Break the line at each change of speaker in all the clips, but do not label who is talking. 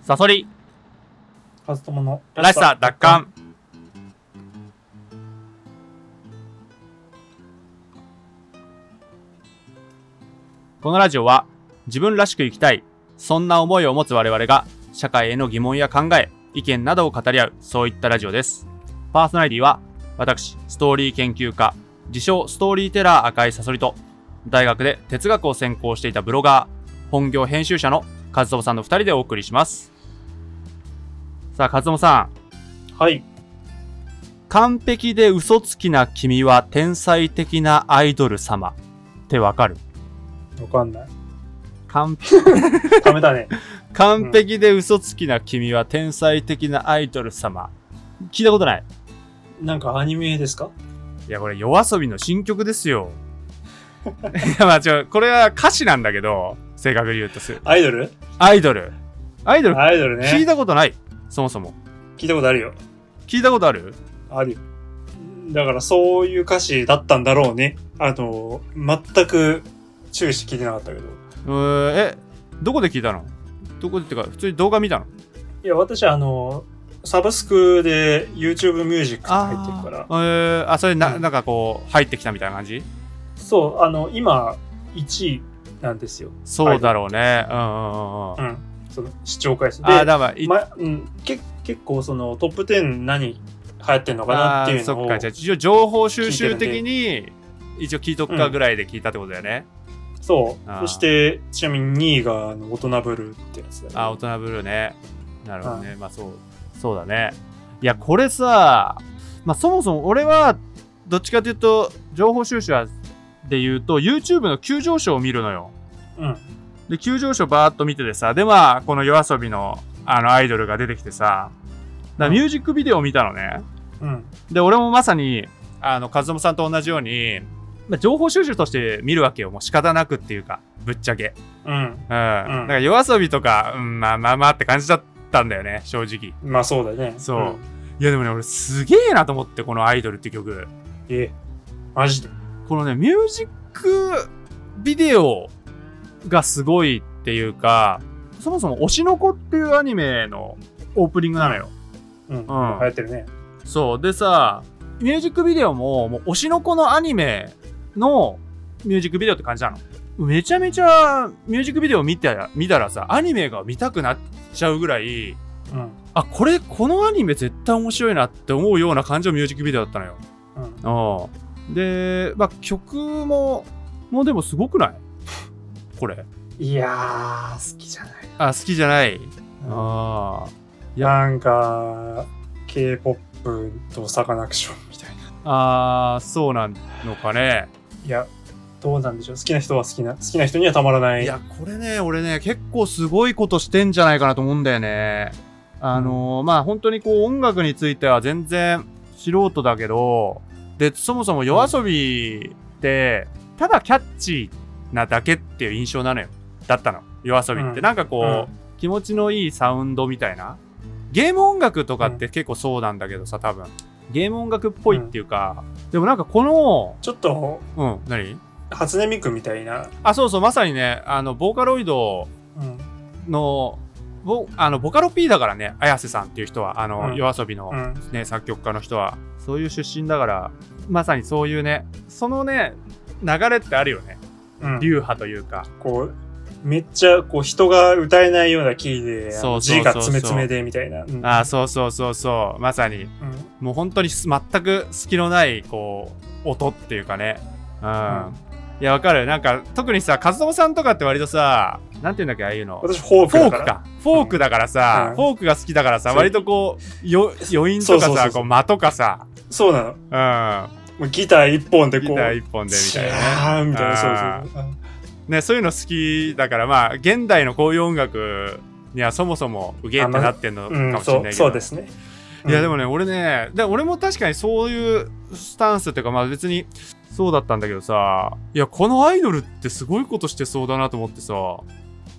サソリ、
カズトモの
らしさ奪還。このラジオは自分らしく生きたい、そんな思いを持つ我々が社会への疑問や考え、意見などを語り合う、そういったラジオです。パーソナリティは私、ストーリー研究家、自称ストーリーテラー赤いサソリと、大学で哲学を専攻していたブロガー、本業編集者の和友さんの2人でお送りします。さあ、和友さん。
はい。
完璧で嘘つきな君は天才的なアイドル様ってわかる
わかんない。
完
ダメ だね。
完璧で嘘つきな君は天才的なアイドル様聞いたことない
なんかアニメですか
いやこれ夜遊びの新曲ですよ いやまあちょこれは歌詞なんだけど正確に言うとす
アイドル
アイドルアイドル
アイドルね。
聞いたことないそもそも
聞いたことあるよ。
聞いたことある
あるよ。だからそういう歌詞だったんだろうね。あの、全く注意して聞いてなかったけど。
うーんえどこで聞いたのどこでってか普通に動画見たの
いや、私あの、サブスクで YouTube ミュージックって入ってるから。
あー、えーあそれな,、、
うんん
なんかこう入ってきたみたいな感じ
そう、あの、今、1位なんですよ。
そうだろうね。うんうんうんうん。
う
あ
ん。その、視聴回数。で
あ、だから、い
まうん、け結構そのトップ10何流行ってんのかな
あ
ってい
ー、
うの
そっ
を
か。じゃあ、一応情報収集的に、一応聞いとくかぐらいで聞いたってことだよね。
そう
あー
そしてちなみに2位があの大人ブルーってやつだ、ね、
ああ、大人ブルーね。なるほどね。まあ、そう、そうだね。いや、これさ、まあ、そもそも俺は、どっちかというと、情報収集はで言うと、YouTube の急上昇を見るのよ。
うん
で、急上昇バーっと見ててさ、で、まあ、この夜遊びの、あの、アイドルが出てきてさ、だからミュージックビデオを見たのね。
うん
で、俺もまさに、あの、和友さんと同じように、まあ、情報収集として見るわけよ。もう仕方なくっていうか、ぶっちゃけ。
うん
うん。だから夜遊びとか、うん、まあまあまあって感じだったんだよね、正直。
まあそうだね
そうんいや、でもね、俺すげえなと思って、このアイドルって曲。
えマジで
このね、ミュージックビデオがすごいっていうか、そもそも推しの子っていうアニメのオープニングなのよ。
うん、
ん
流行ってるね
そう。でさ、ミュージックビデオも、もう推しの子のアニメのミュージックビデオって感じなの。めちゃめちゃミュージックビデオ見たら、見たらさ、アニメが見たくなっちゃうぐらい、
うん
あ、これ、このアニメ絶対面白いなって思うような感じのミュージックビデオだったのよ。
うん
うん。で、まあ曲も、もうでもすごくないこれ。
いやー好きじゃない
あ、好きじゃない。
うん
ああ。
なんか k p o p とサカナクションみたいな
ああ、そうなのかね。
いやどうなんでしょう好きな人は好きな好きな人にはたまらない
いや、これね、俺ね、結構すごいことしてんじゃないかなと思うんだよね。あのーまあ、本当にこう、音楽については全然素人だけど、で、そもそも夜遊びって、ただキャッチーなだけっていう印象なのよ。だったの。夜遊びって。
うん
なんかこう、
うん
気持ちのいいサウンドみたいな。ゲーム音楽とかって結構そうなんだけどさ、多分。ゲーム音楽っぽいっていうか、でもなんかこの、
ちょっと
うん、何
初音ミクみたいな、
あ、そうそう、まさにね、あの、ボーカロイド
うん、
のボあのボカロ P だからね綾瀬さんっていう人はあの、
うん
夜遊びの
う、ん
ね作曲家の人はそういう出身だからまさにそういうねそのね流れってあるよね
うん、
流派というか、
こうめっちゃこう人が歌えないようなキーであ
そ
の
うそうそうそう
字が詰め詰めでみたいな、うん
ああそうそうそうそうまさに
うん
もう本当にす全く隙のないこう音っていうかねうん、
ん
いやわかるなんか特にさ和友さんとかって割とさなんていうんだっけああいうの
私フォーク
フォー
だか
ク
ら
か。フォークだからさ、
うん
フォークが好きだからさ、
そう
割とこう、よ余韻とかさ、
そうそうそうそう
こう間とかさ、
そうなの
うん。
もうギター一本で
ギ
こう
ター一本でみたいなね。
なみたいな
あ
そうそうそう
ね、そういうの好きだから、まあ、現代のこういう音楽にはそもそもうげーってなってんのか
うん、う
も
ん
しれない
そ
けど。
うそうですね
いやで
ね
もね、俺ね、で俺も確かにそういうスタンスっていうか、まあ別にそうだったんだけどさ、いや、このアイドルってすごいことしてそうだなと思ってさ、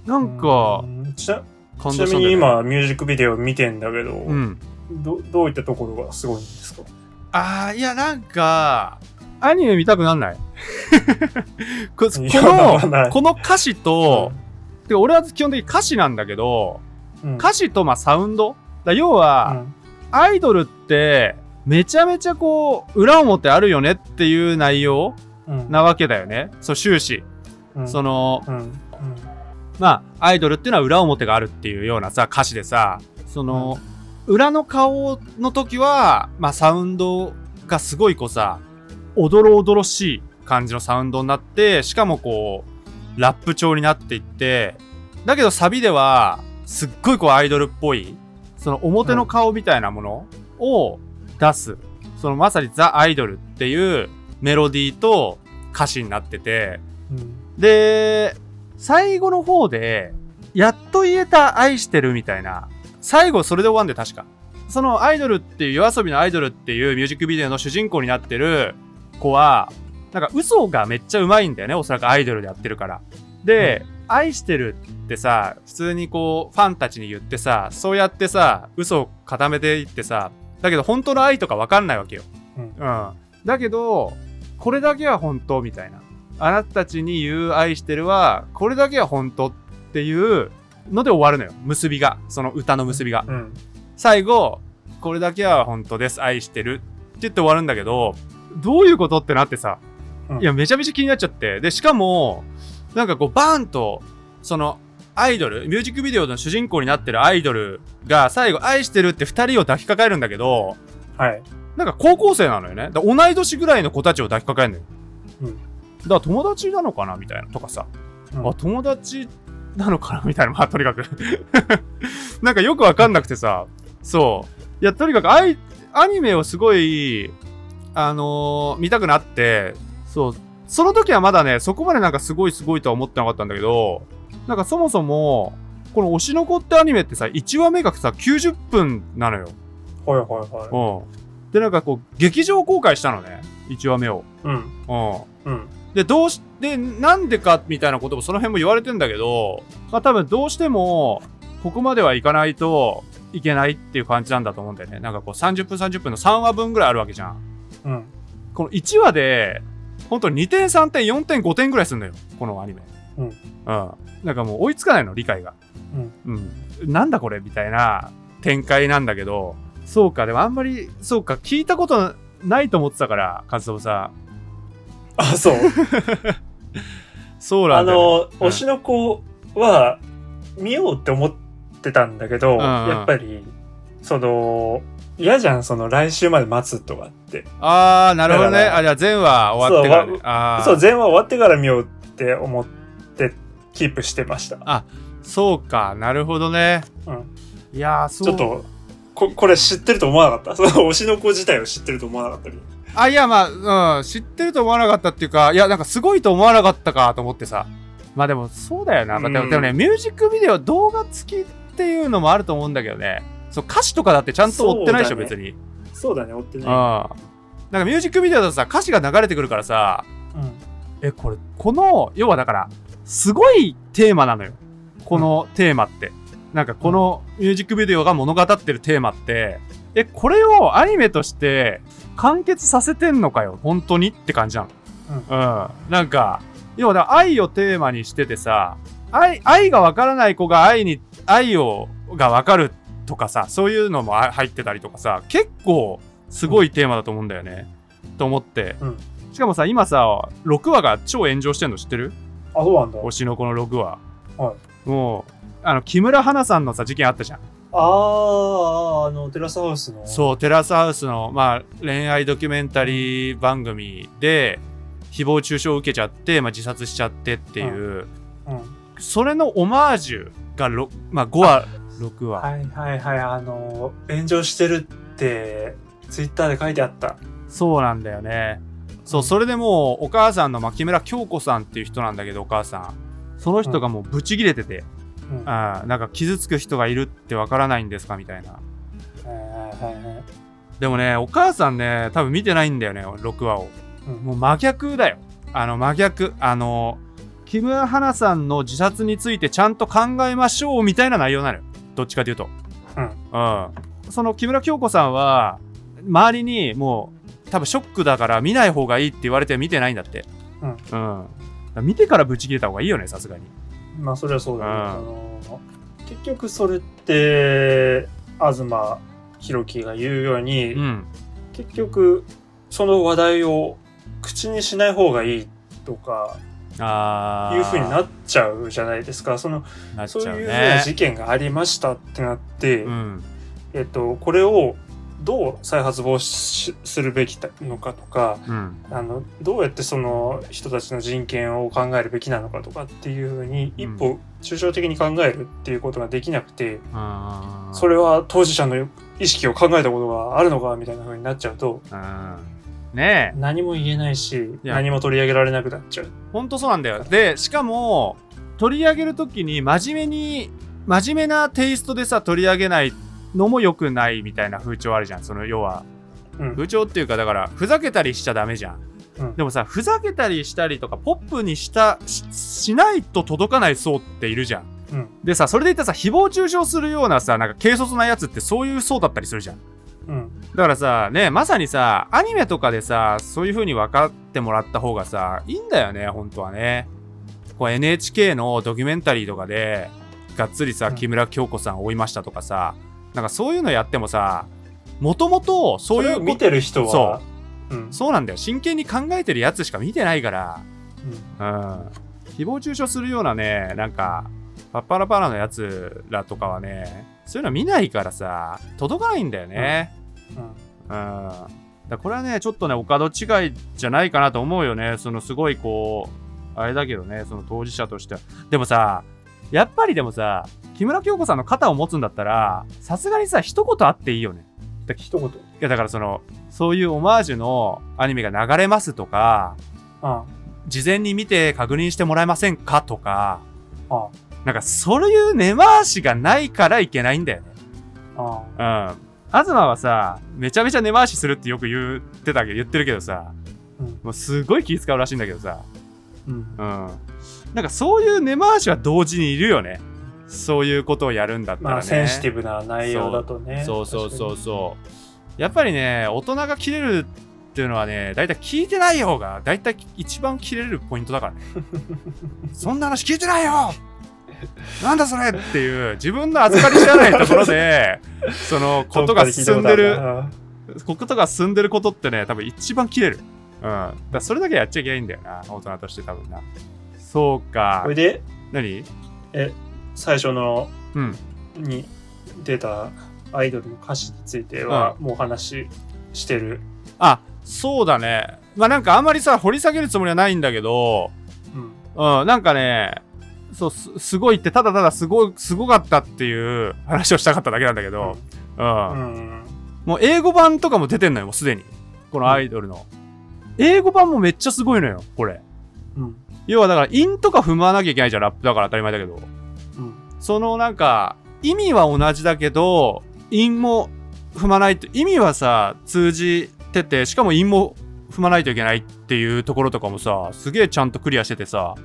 なんか
ちな
感
ち
動したんだ
なみに
よね。
今ミュージックビデオ見てんだけど、
うん。
どどういったところがすごいんですか
あーいやなんかアニメ見たくなんない ここ
いやなんかな
の
い
この歌詞と、てか俺は基本的に歌詞なんだけど、
うん
歌詞とまあサウンドだ要は、アイドルってめちゃめちゃこう裏表あるよねっていう内容
うんうん
なわけだよねそう終始、
うん
その
うんうん
まあアイドルっていうのは裏表があるっていうようなさ歌詞でさその、裏の顔の時はまあサウンドがすごいこうさおどろおどろしい感じのサウンドになってしかもこうラップ調になっていってだけどサビではすっごいこうアイドルっぽいその表の顔みたいなものを出す、そのまさにザ・アイドルっていうメロディーと歌詞になってて
うん
で、最後の方で、やっと言えた愛してるみたいな、最後それで終わんで確か。そのアイドルっていう、夜遊びのアイドルっていうミュージックビデオの主人公になってる子は、なんか嘘がめっちゃうまいんだよね、おそらくアイドルでやってるから。で、愛してるってさ、普通にこう、ファンたちに言ってさ、そうやってさ、嘘を固めていってさ、だけど本当の愛とかわかんないわけよ。
うん
うん。だけど、これだけは本当みたいな。あなたたちに言う愛してるは、これだけは本当っていうので終わるのよ。結びが。その歌の結びが。
うん
最後、これだけは本当です。愛してる。って言って終わるんだけど、どういうことってなってさ
う。ん
いや、めちゃめちゃ気になっちゃって。で、しかも、なんかこう、バーンと、その、アイドル、ミュージックビデオの主人公になってるアイドルが、最後、愛してるって二人を抱きかかえるんだけど、
はい
なんか高校生なのよね。だ同い年ぐらいの子たちを抱きかかえるのよ。
うん
だから友達なのかなみたいな。とかさ。
うん
あ、友達なのかなみたいな。まあ、とにかく。 なんかよくわかんなくてさ。そう。いや、とにかくアイアニメをすごい、あのー見たくなって、そう。その時はまだね、そこまでなんかすごいすごいとは思ってなかったんだけど、なんかそもそも、この推しの子ってアニメってさ、1話目がさ、90分なのよ。
はいはいは
うん。で、なんかこう、劇場公開したのね。1話目を。
いうん
う
うん
ん。で、どうし、で、なんでかみたいなこともその辺も言われてんだけど、まあ多分どうしても、ここまではいかないといけないっていう感じなんだと思うんだよね。なんかこう30分30分の3話分ぐらいあるわけじゃん。
うん
この1話で、本当に2点3点4点5点ぐらいすんだよ。このアニメ。
うん
うん。なんかもう追いつかないの、理解が。
うん
うん、なんだこれみたいな展開なんだけど、そうか、でもあんまり、そうか、聞いたことないと思ってたから、和夫さん。
あそう
そうな
あ
んだよ、
の、推しの子は見ようって思ってたんだけ
んう
ど、
ん
やっぱり、その、嫌じゃん、その来週まで待つとかって。
ああ、なるほどね。
だから
あ、じゃあ前話終わってから、ね
そ。う
あ
そう、
あ、
全話終わってから見ようって思って、キープしてました。
そうか、なるほどね。
うん、
いやー、そう。
ちょっとこ、これ知ってると思わなかった。その 推しの子自体を知ってると思わなかったり。
あ、いや、まあ、うん、知ってると思わなかったっていうか、いや、なんかすごいと思わなかったかと思ってさ。まあでも、そうだよな。まあでも
うん
でもね、ミュージックビデオ、動画付きっていうのもあると思うんだけどね。そう、歌詞とかだってちゃんと追ってないでしょ、
そうだね
別に。
そうだね、追って
うん。
ね。
なんかミュージックビデオだとさ、歌詞が流れてくるからさ、
うん
え、これ、この、要はだから、すごいテーマなのよ。このテーマって。なんかこのミュージックビデオが物語ってるテーマって、え、これをアニメとして完結させてんのかよ、本当にって感じなの。うん。なんか、要はだから愛をテーマにしててさ、愛、愛がわからない子が愛に、愛を、がわかるとかさ、そういうのもあ入ってたりとかさ、結構すごいテーマだと思うんだよね。と思って。
うん
しかもさ、今さ、6話が超炎上してんの知ってる
あ、そうなんだ。
推しのこの6話。
は
もう、あの、木村花さんのさ、事件あったじゃん。
あー、あの、テラスハウスの。
そう、テラスハウスの、まあ、恋愛ドキュメンタリー番組で、誹謗中傷を受けちゃって、まあ、自殺しちゃってっていう、
うん。
それのオマージュが、ろまあ、5話、6話、
はいはいはい、あの、炎上してるって、ツイッターで書いてあった。
そうなんだよね。そう、それでもう、お母さんの、まあ、木村京子さんっていう人なんだけど、お母さん。その人がもうブチ切れてて、
うん
ああなんか傷つく人がいるってわからないんですかみたいな。
はいはいはいはい。
でもね、お母さんね、多分見てないんだよね、6話を。
うん
もう真逆だよ。あの、真逆。あの、キム・ハナさんの自殺についてちゃんと考えましょうみたいな内容なのよ。どっちかというと。うん。その木村京子さんは、周りにもう、多分ショックだから見ない方がいいって言われて見てないんだって。
うん
だから見てからブチ切れた方がいいよね、さすがに。
まあそれはそうだね。
うん
あの結局それって東博樹が言うように、
うん。
結局その話題を口にしない方がいいとか
ああ。
いうふうになっちゃうじゃないですかその
なっ
そう
ちゃう
いうふうな
ね。
事件がありましたってなって、
うん。
えっと、これをどう再発防止しするべきのかとか
うん。
あのどうやってその人たちの人権を考えるべきなのかとかっていうふうに一歩抽象的に考えるっていうことができなくて、
うん。
それは当事者の意識を考えたことがあるのかみたいなふうになっちゃうと
うん。ねえ。
何も言えないし
いや
何も取り上げられなくなっちゃう。
ほんとそうなんだよ。で、しかも、取り上げるときに真面目に、真面目なテイストでさ、取り上げないのも良くないみたいな風潮あるじゃん。その、要は。
うん
風潮っていうか、だから、ふざけたりしちゃダメじゃん。
うん
でもさ、ふざけたりしたりとか、ポップにした、ししないと届かない層っているじゃん。
うん
でさ、それでいったらさ、誹謗中傷するようなさ、なんか軽率なやつってそういう層だったりするじゃん。
うん
だからさ、ね、まさにさ、アニメとかでさ、そういう風に分かってもらった方がさ、いいんだよね、本当はね。こう NHK のドキュメンタリーとかで、がっつりさ、
うん
木村京子さんを追いましたとかさ、なんかそういうのやってもさ、もともとそ
そうれ
い
を
う
見てる人は
そ
うん
そうなんだよ。真剣に考えてるやつしか見てないから、
うん
うん。誹謗中傷するようなね、なんか、パッパラパラのやつらとかはね、そういうの見ないからさ、届かないんだよね。
う
う
ん
ん。だからこれはね、ちょっとね、お門違いじゃないかなと思うよね。そのすごいこう、あれだけどね、その当事者としては。でもさ、やっぱりでもさ、木村京子さんの肩を持つんだったら、さすがにさ、一言あっていいよね。
一言
いやだからその、そういうオマージュのアニメが流れますとか、
あ
事前に見て確認してもらえませんかとか、
あ
なんかそういう根回しがないからいけないんだよね。う
あ
ん。東はさ、めちゃめちゃ根回しするってよく言ってたけど、言ってるけどさ、
うん
もうすごい気使うらしいんだけどさ、
うん
うん。なんかそういう根回しは同時にいるよね。そういうことをやるんだったらね。
まあセンシティブな内容だとね
そうそうそうそう。やっぱりね、大人が切れるっていうのはね、だいたい聞いてない方が、だいたい一番切れるポイントだ からね。そんな話聞いてないよなんだそれっていう、自分の預かり知らないところで、そのことが進んでる、ことが進んでることってね、多分一番切れる。うん。だからそれだけやっちゃいけないんだよな、大人として多分な。そうか
これ。で
何
え最初の
うん。
に出たアイドルの歌詞についてはもうお話ししてる、
あ、そうだね。まあなんかあんまりさ、掘り下げるつもりはないんだけど、
うん
うん、なんかね、そうす、すごいって、ただただすごい、すごかったっていう話をしたかっただけなんだけど、うん。
うん
もう英語版とかも出てんのよ、もうすでに。このアイドルの。英語版もめっちゃすごいのよ、これ。
うん
要はだから、韻とか踏まなきゃいけないじゃん、ラップだから当たり前だけど。
うん
そのなんか、意味は同じだけど、韻も踏まないと、意味はさ、通じてて、しかも韻も踏まないといけないっていうところとかもさ、すげえちゃんとクリアしててさ、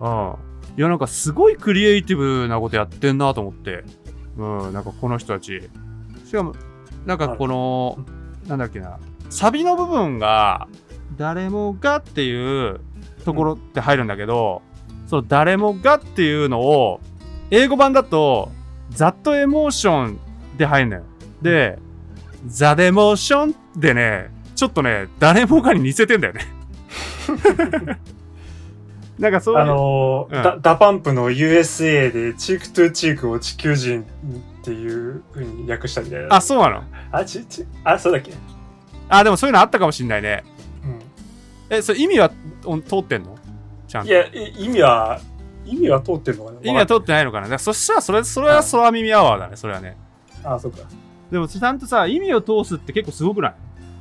うん
うん。いや、なんかすごいクリエイティブなことやってんなと思って。うん、なんかこの人たち。しかも、なんかこの、なんだっけな、サビの部分が、誰もがっていうところって入るんだけど、その誰もがっていうのを、英語版だと、ざっとエモーションで入るのよ。で、ザデモーションでね、ちょっとね、誰もがに似せてんだ よね。なんかそういう
あのー
うん
ダダパンプの USA でチークトゥチークを地球人っていうふうに訳したみたいな
あ、そうなの
あちちあそうだっけ、
あ、でもそういうのあったかもしんないね。
う
え、それ意味はお通ってんのちゃん
ん、
と。
いやい意味は意味は通ってるのかな
意味は通ってないのかな。だからそしたらそれ、それは空耳アワーだね、それはね。
あそうか
でもちゃんとさ、意味を通すって結構すごくない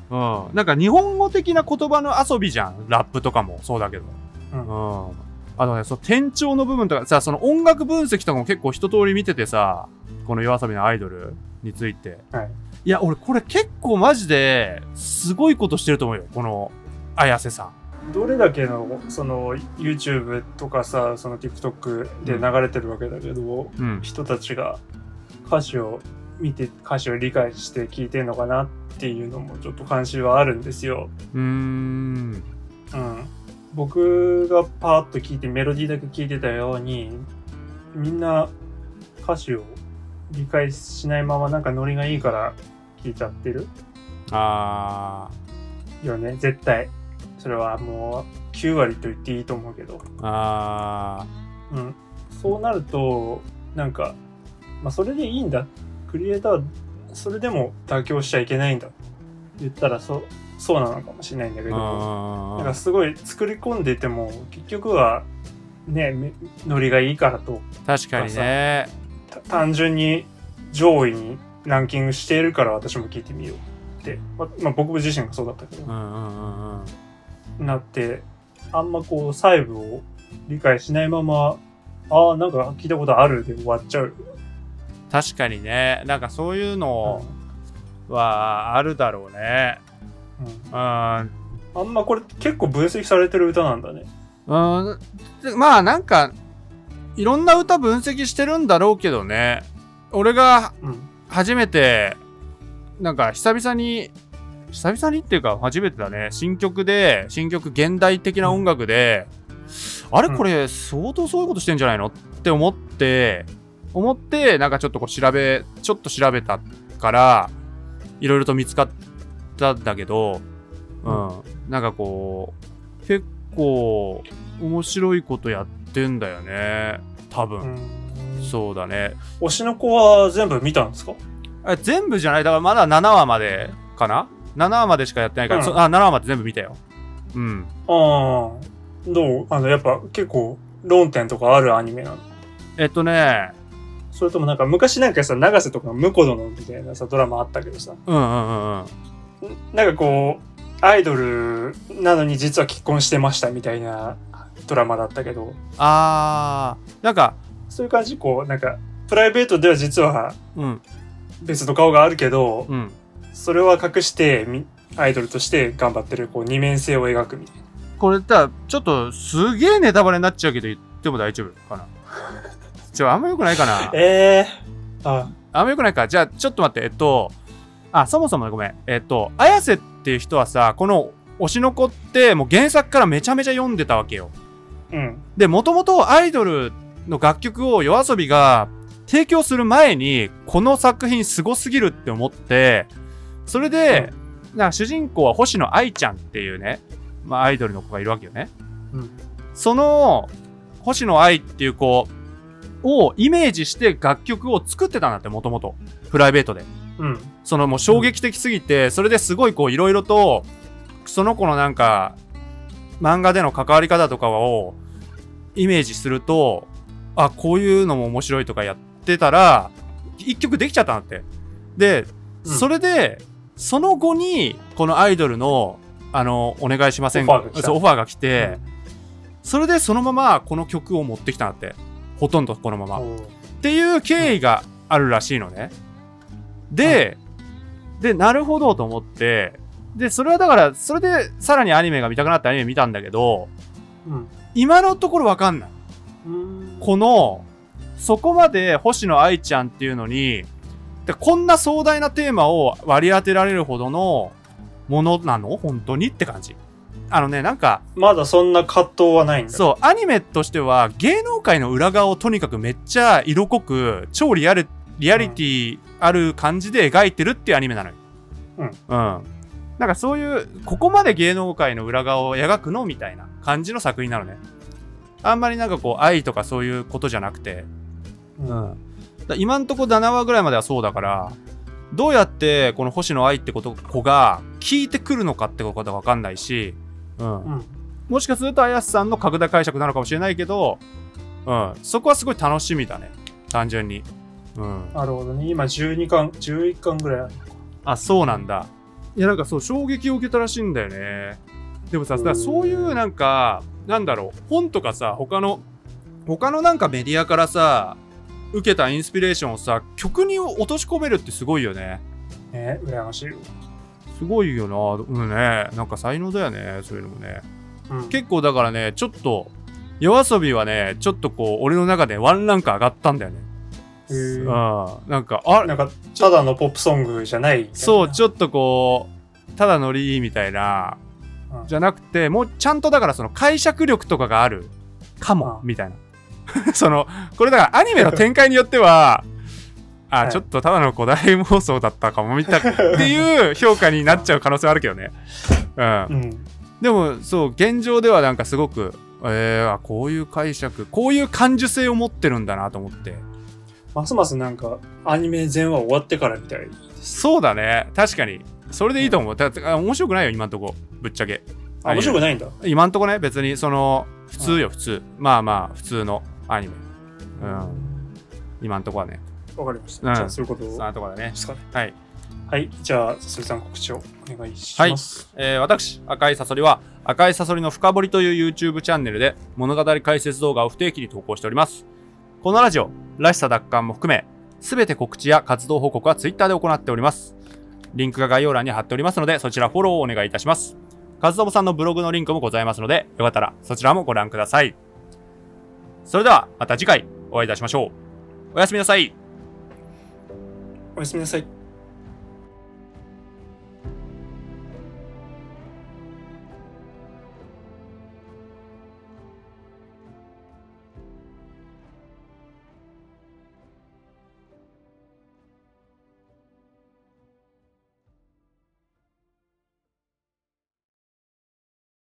うん。なんか日本語的な言葉の遊びじゃん。ラップとかもそうだけど。
うん
うん。あとね、その転調の部分とかさ、その音楽分析とかも結構一通り見ててさ、この夜遊びのアイドルについて。
はい。
いや、俺これ結構マジで、すごいことしてると思うよ。この、綾瀬さん。
どれだけのその YouTube とかさその TikTok で流れてるわけだけど、
うん。
人たちが歌詞を見て歌詞を理解して聴いてるのかなっていうのもちょっと関心はあるんですよ。
うーん。
うん、僕がパーッと聴いてメロディーだけ聴いてたようにみんな歌詞を理解しないままなんかノリがいいから聞いちゃってる
あ
よね、絶対。それはもう9割と言っていいと思うけど。
ー、あ
うん、そうなるとなんか、まあ、それでいいんだクリエイターはそれでも妥協しちゃいけないんだって言ったらそそうなのかもしれないんだけ
ー、
どなん
あ
かすごい作り込んでても結局はねめノリがいいからと
ー確かにね。
た単純に上位にランキングしているから私も聞いてみようって、ままあ、僕自身がそうだったけ
う、
ど
んうんうんうん。
なってあんまこう細部を理解しないままああなんか聞いたことあるで終わっちゃう。
確かにね。なんかそういうの
う
はあるだろうね。
んう
う
ん
ん。
あんまこれ結構分析されてる歌なんだね。
うん、まあなんかいろんな歌分析してるんだろうけどね俺が
うん。
初めてなんか久々に久々にっていうか初めてだね新曲で新曲現代的な音楽で、あれ
うん
これ相当そういうことしてんじゃないのって思って思ってなんかちょっとこう調べちょっと調べたからいろいろと見つかったんだけど、うんなんかこう結構面白いことやってんだよね多
う
分、
ん、
そうだね
推しの子は全部見たんですか
あ全部じゃないだからまだ7話までかな7話までしかやってないから、
うん
そあ7話まで全部見たようん
ああ。どうあの、やっぱ結構論点とかあるアニメなの
えっとね
それともなんか昔なんかさ、長瀬とか婿殿みたいなさ、ドラマあったけどさ、ん
うんうんうんうん
なんかこう、アイドルなのに実は結婚してましたみたいなドラマだったけど、
あーなんか
そういう感じ、こう、なんか、プライベートでは実は
うん
別の顔があるけど、
うん
それは隠してみアイドルとして頑張ってるこう二面性を描くみたいな
これだちょっとすげえネタバレになっちゃうけど言っても大丈夫かな ちょあんまよくないかな
ええあ
あんまよくないかじゃあちょっと待ってえっとあそもそもねごめんえっと綾瀬っていう人はさこの推しの子ってもう原作からめちゃめちゃ読んでたわけよ
うん
で、もともとアイドルの楽曲を夜遊びが提供する前に、この作品すごすぎるって思って、それで、なんか主人公は星野愛ちゃんっていうね、まあアイドルの子がいるわけよね。
うん
その、星野愛っていう子をイメージして楽曲を作ってたんだって、もともと。プライベートで。
うん
そのもう衝撃的すぎて、それですごいこういろいろと、その子のなんか、漫画での関わり方とかをイメージすると、あ、こういうのも面白いとかやってたら、一曲できちゃったんだって。で、
うん
それで、その後に、このアイドルの、あの、お願いしません
オファーが来た
そうオファーが来て、それでそのままこの曲を持ってきたんだって。ほとんどこのまま。
おう
っていう経緯があるらしいのね。で、で、なるほどと思って、で、それはだから、それでさらにアニメが見たくなってアニメ見たんだけど、
うん
今のところわかんない。
うん
この、そこまで星野愛ちゃんっていうのに、でこんな壮大なテーマを割り当てられるほどのものなの本当にって感じ。あのね、なんか、
まだそんな葛藤はないんだう
そう、アニメとしては芸能界の裏側をとにかくめっちゃ色濃く、超リアル、リアリティある感じで描いてるっていうアニメなのよ。
う
う
ん
ん。なんかそういう、ここまで芸能界の裏側を描くのみたいな感じの作品なのね。あんまりなんかこう、愛とかそういうことじゃなくて、うん、今んとこ7話ぐらいまではそうだからどうやってこの星野愛ってこと子が聞いてくるのかってことが分かんないし、うん
うん
もしかすると綾瀬さんの拡大解釈なのかもしれないけど、うん、そこはすごい楽しみだね単純に、うん、
なるほどね今12巻11巻ぐらいある
あそうなんだいやなんかそう衝撃を受けたらしいんだよねでもさだからそういうなんかなんだろう本とかさ他の他のなんかメディアからさ受けたインスピレーションをさ曲に落とし込めるってすごいよね
ね羨ましいよ
すごいよなうんねなんか才能だよねそういうのもね
うん
結構だからねちょっと夜遊びはねちょっとこう俺の中でワンランク上がったんだよね
へー
うんなんかあ
なんかただのポップソングじゃないみたいな
そう、ちょっとこう、ただノリいいみたいな
う、ん
じゃなくて、もうちゃんとだからその解釈力とかがあるかも、
うん
みたいな。そのこれだからアニメの展開によってはあ、
はい
ちょっとただの古代妄想だったかもみたいなっていう評価になっちゃう可能性はあるけどね、うん、
うん。
でもそう現状ではなんかすごくえー、あこういう解釈こういう感受性を持ってるんだなと思って
ますますなんか、アニメ全話終わってからみたいです。
そうだね確かにそれでいいと思うだってあ面白くないよ今んとこぶっちゃけ
あ、面白くないんだ。
今んとこね別にその普通よ普通まあまあ普通のアニメうん今んとこはね
わかりまし
う
た。
ん
じゃあ、そういうこと
そん
で
なとこだね
すかね。
はい、
はい。じゃあ、鈴木さん告知をお願いします。
えー私赤いサソリは赤いサソリの深掘りという YouTube チャンネルで物語解説動画を不定期に投稿しておりますこのラジオらしさ奪還も含めすべて告知や活動報告は Twitter で行っておりますリンクが概要欄に貼っておりますのでそちらフォローをお願いいたしますカズトモさんのブログのリンクもございますのでよかったらそちらもご覧くださいそれではまた次回お会いいたしましょうおやすみなさい
おやすみなさい。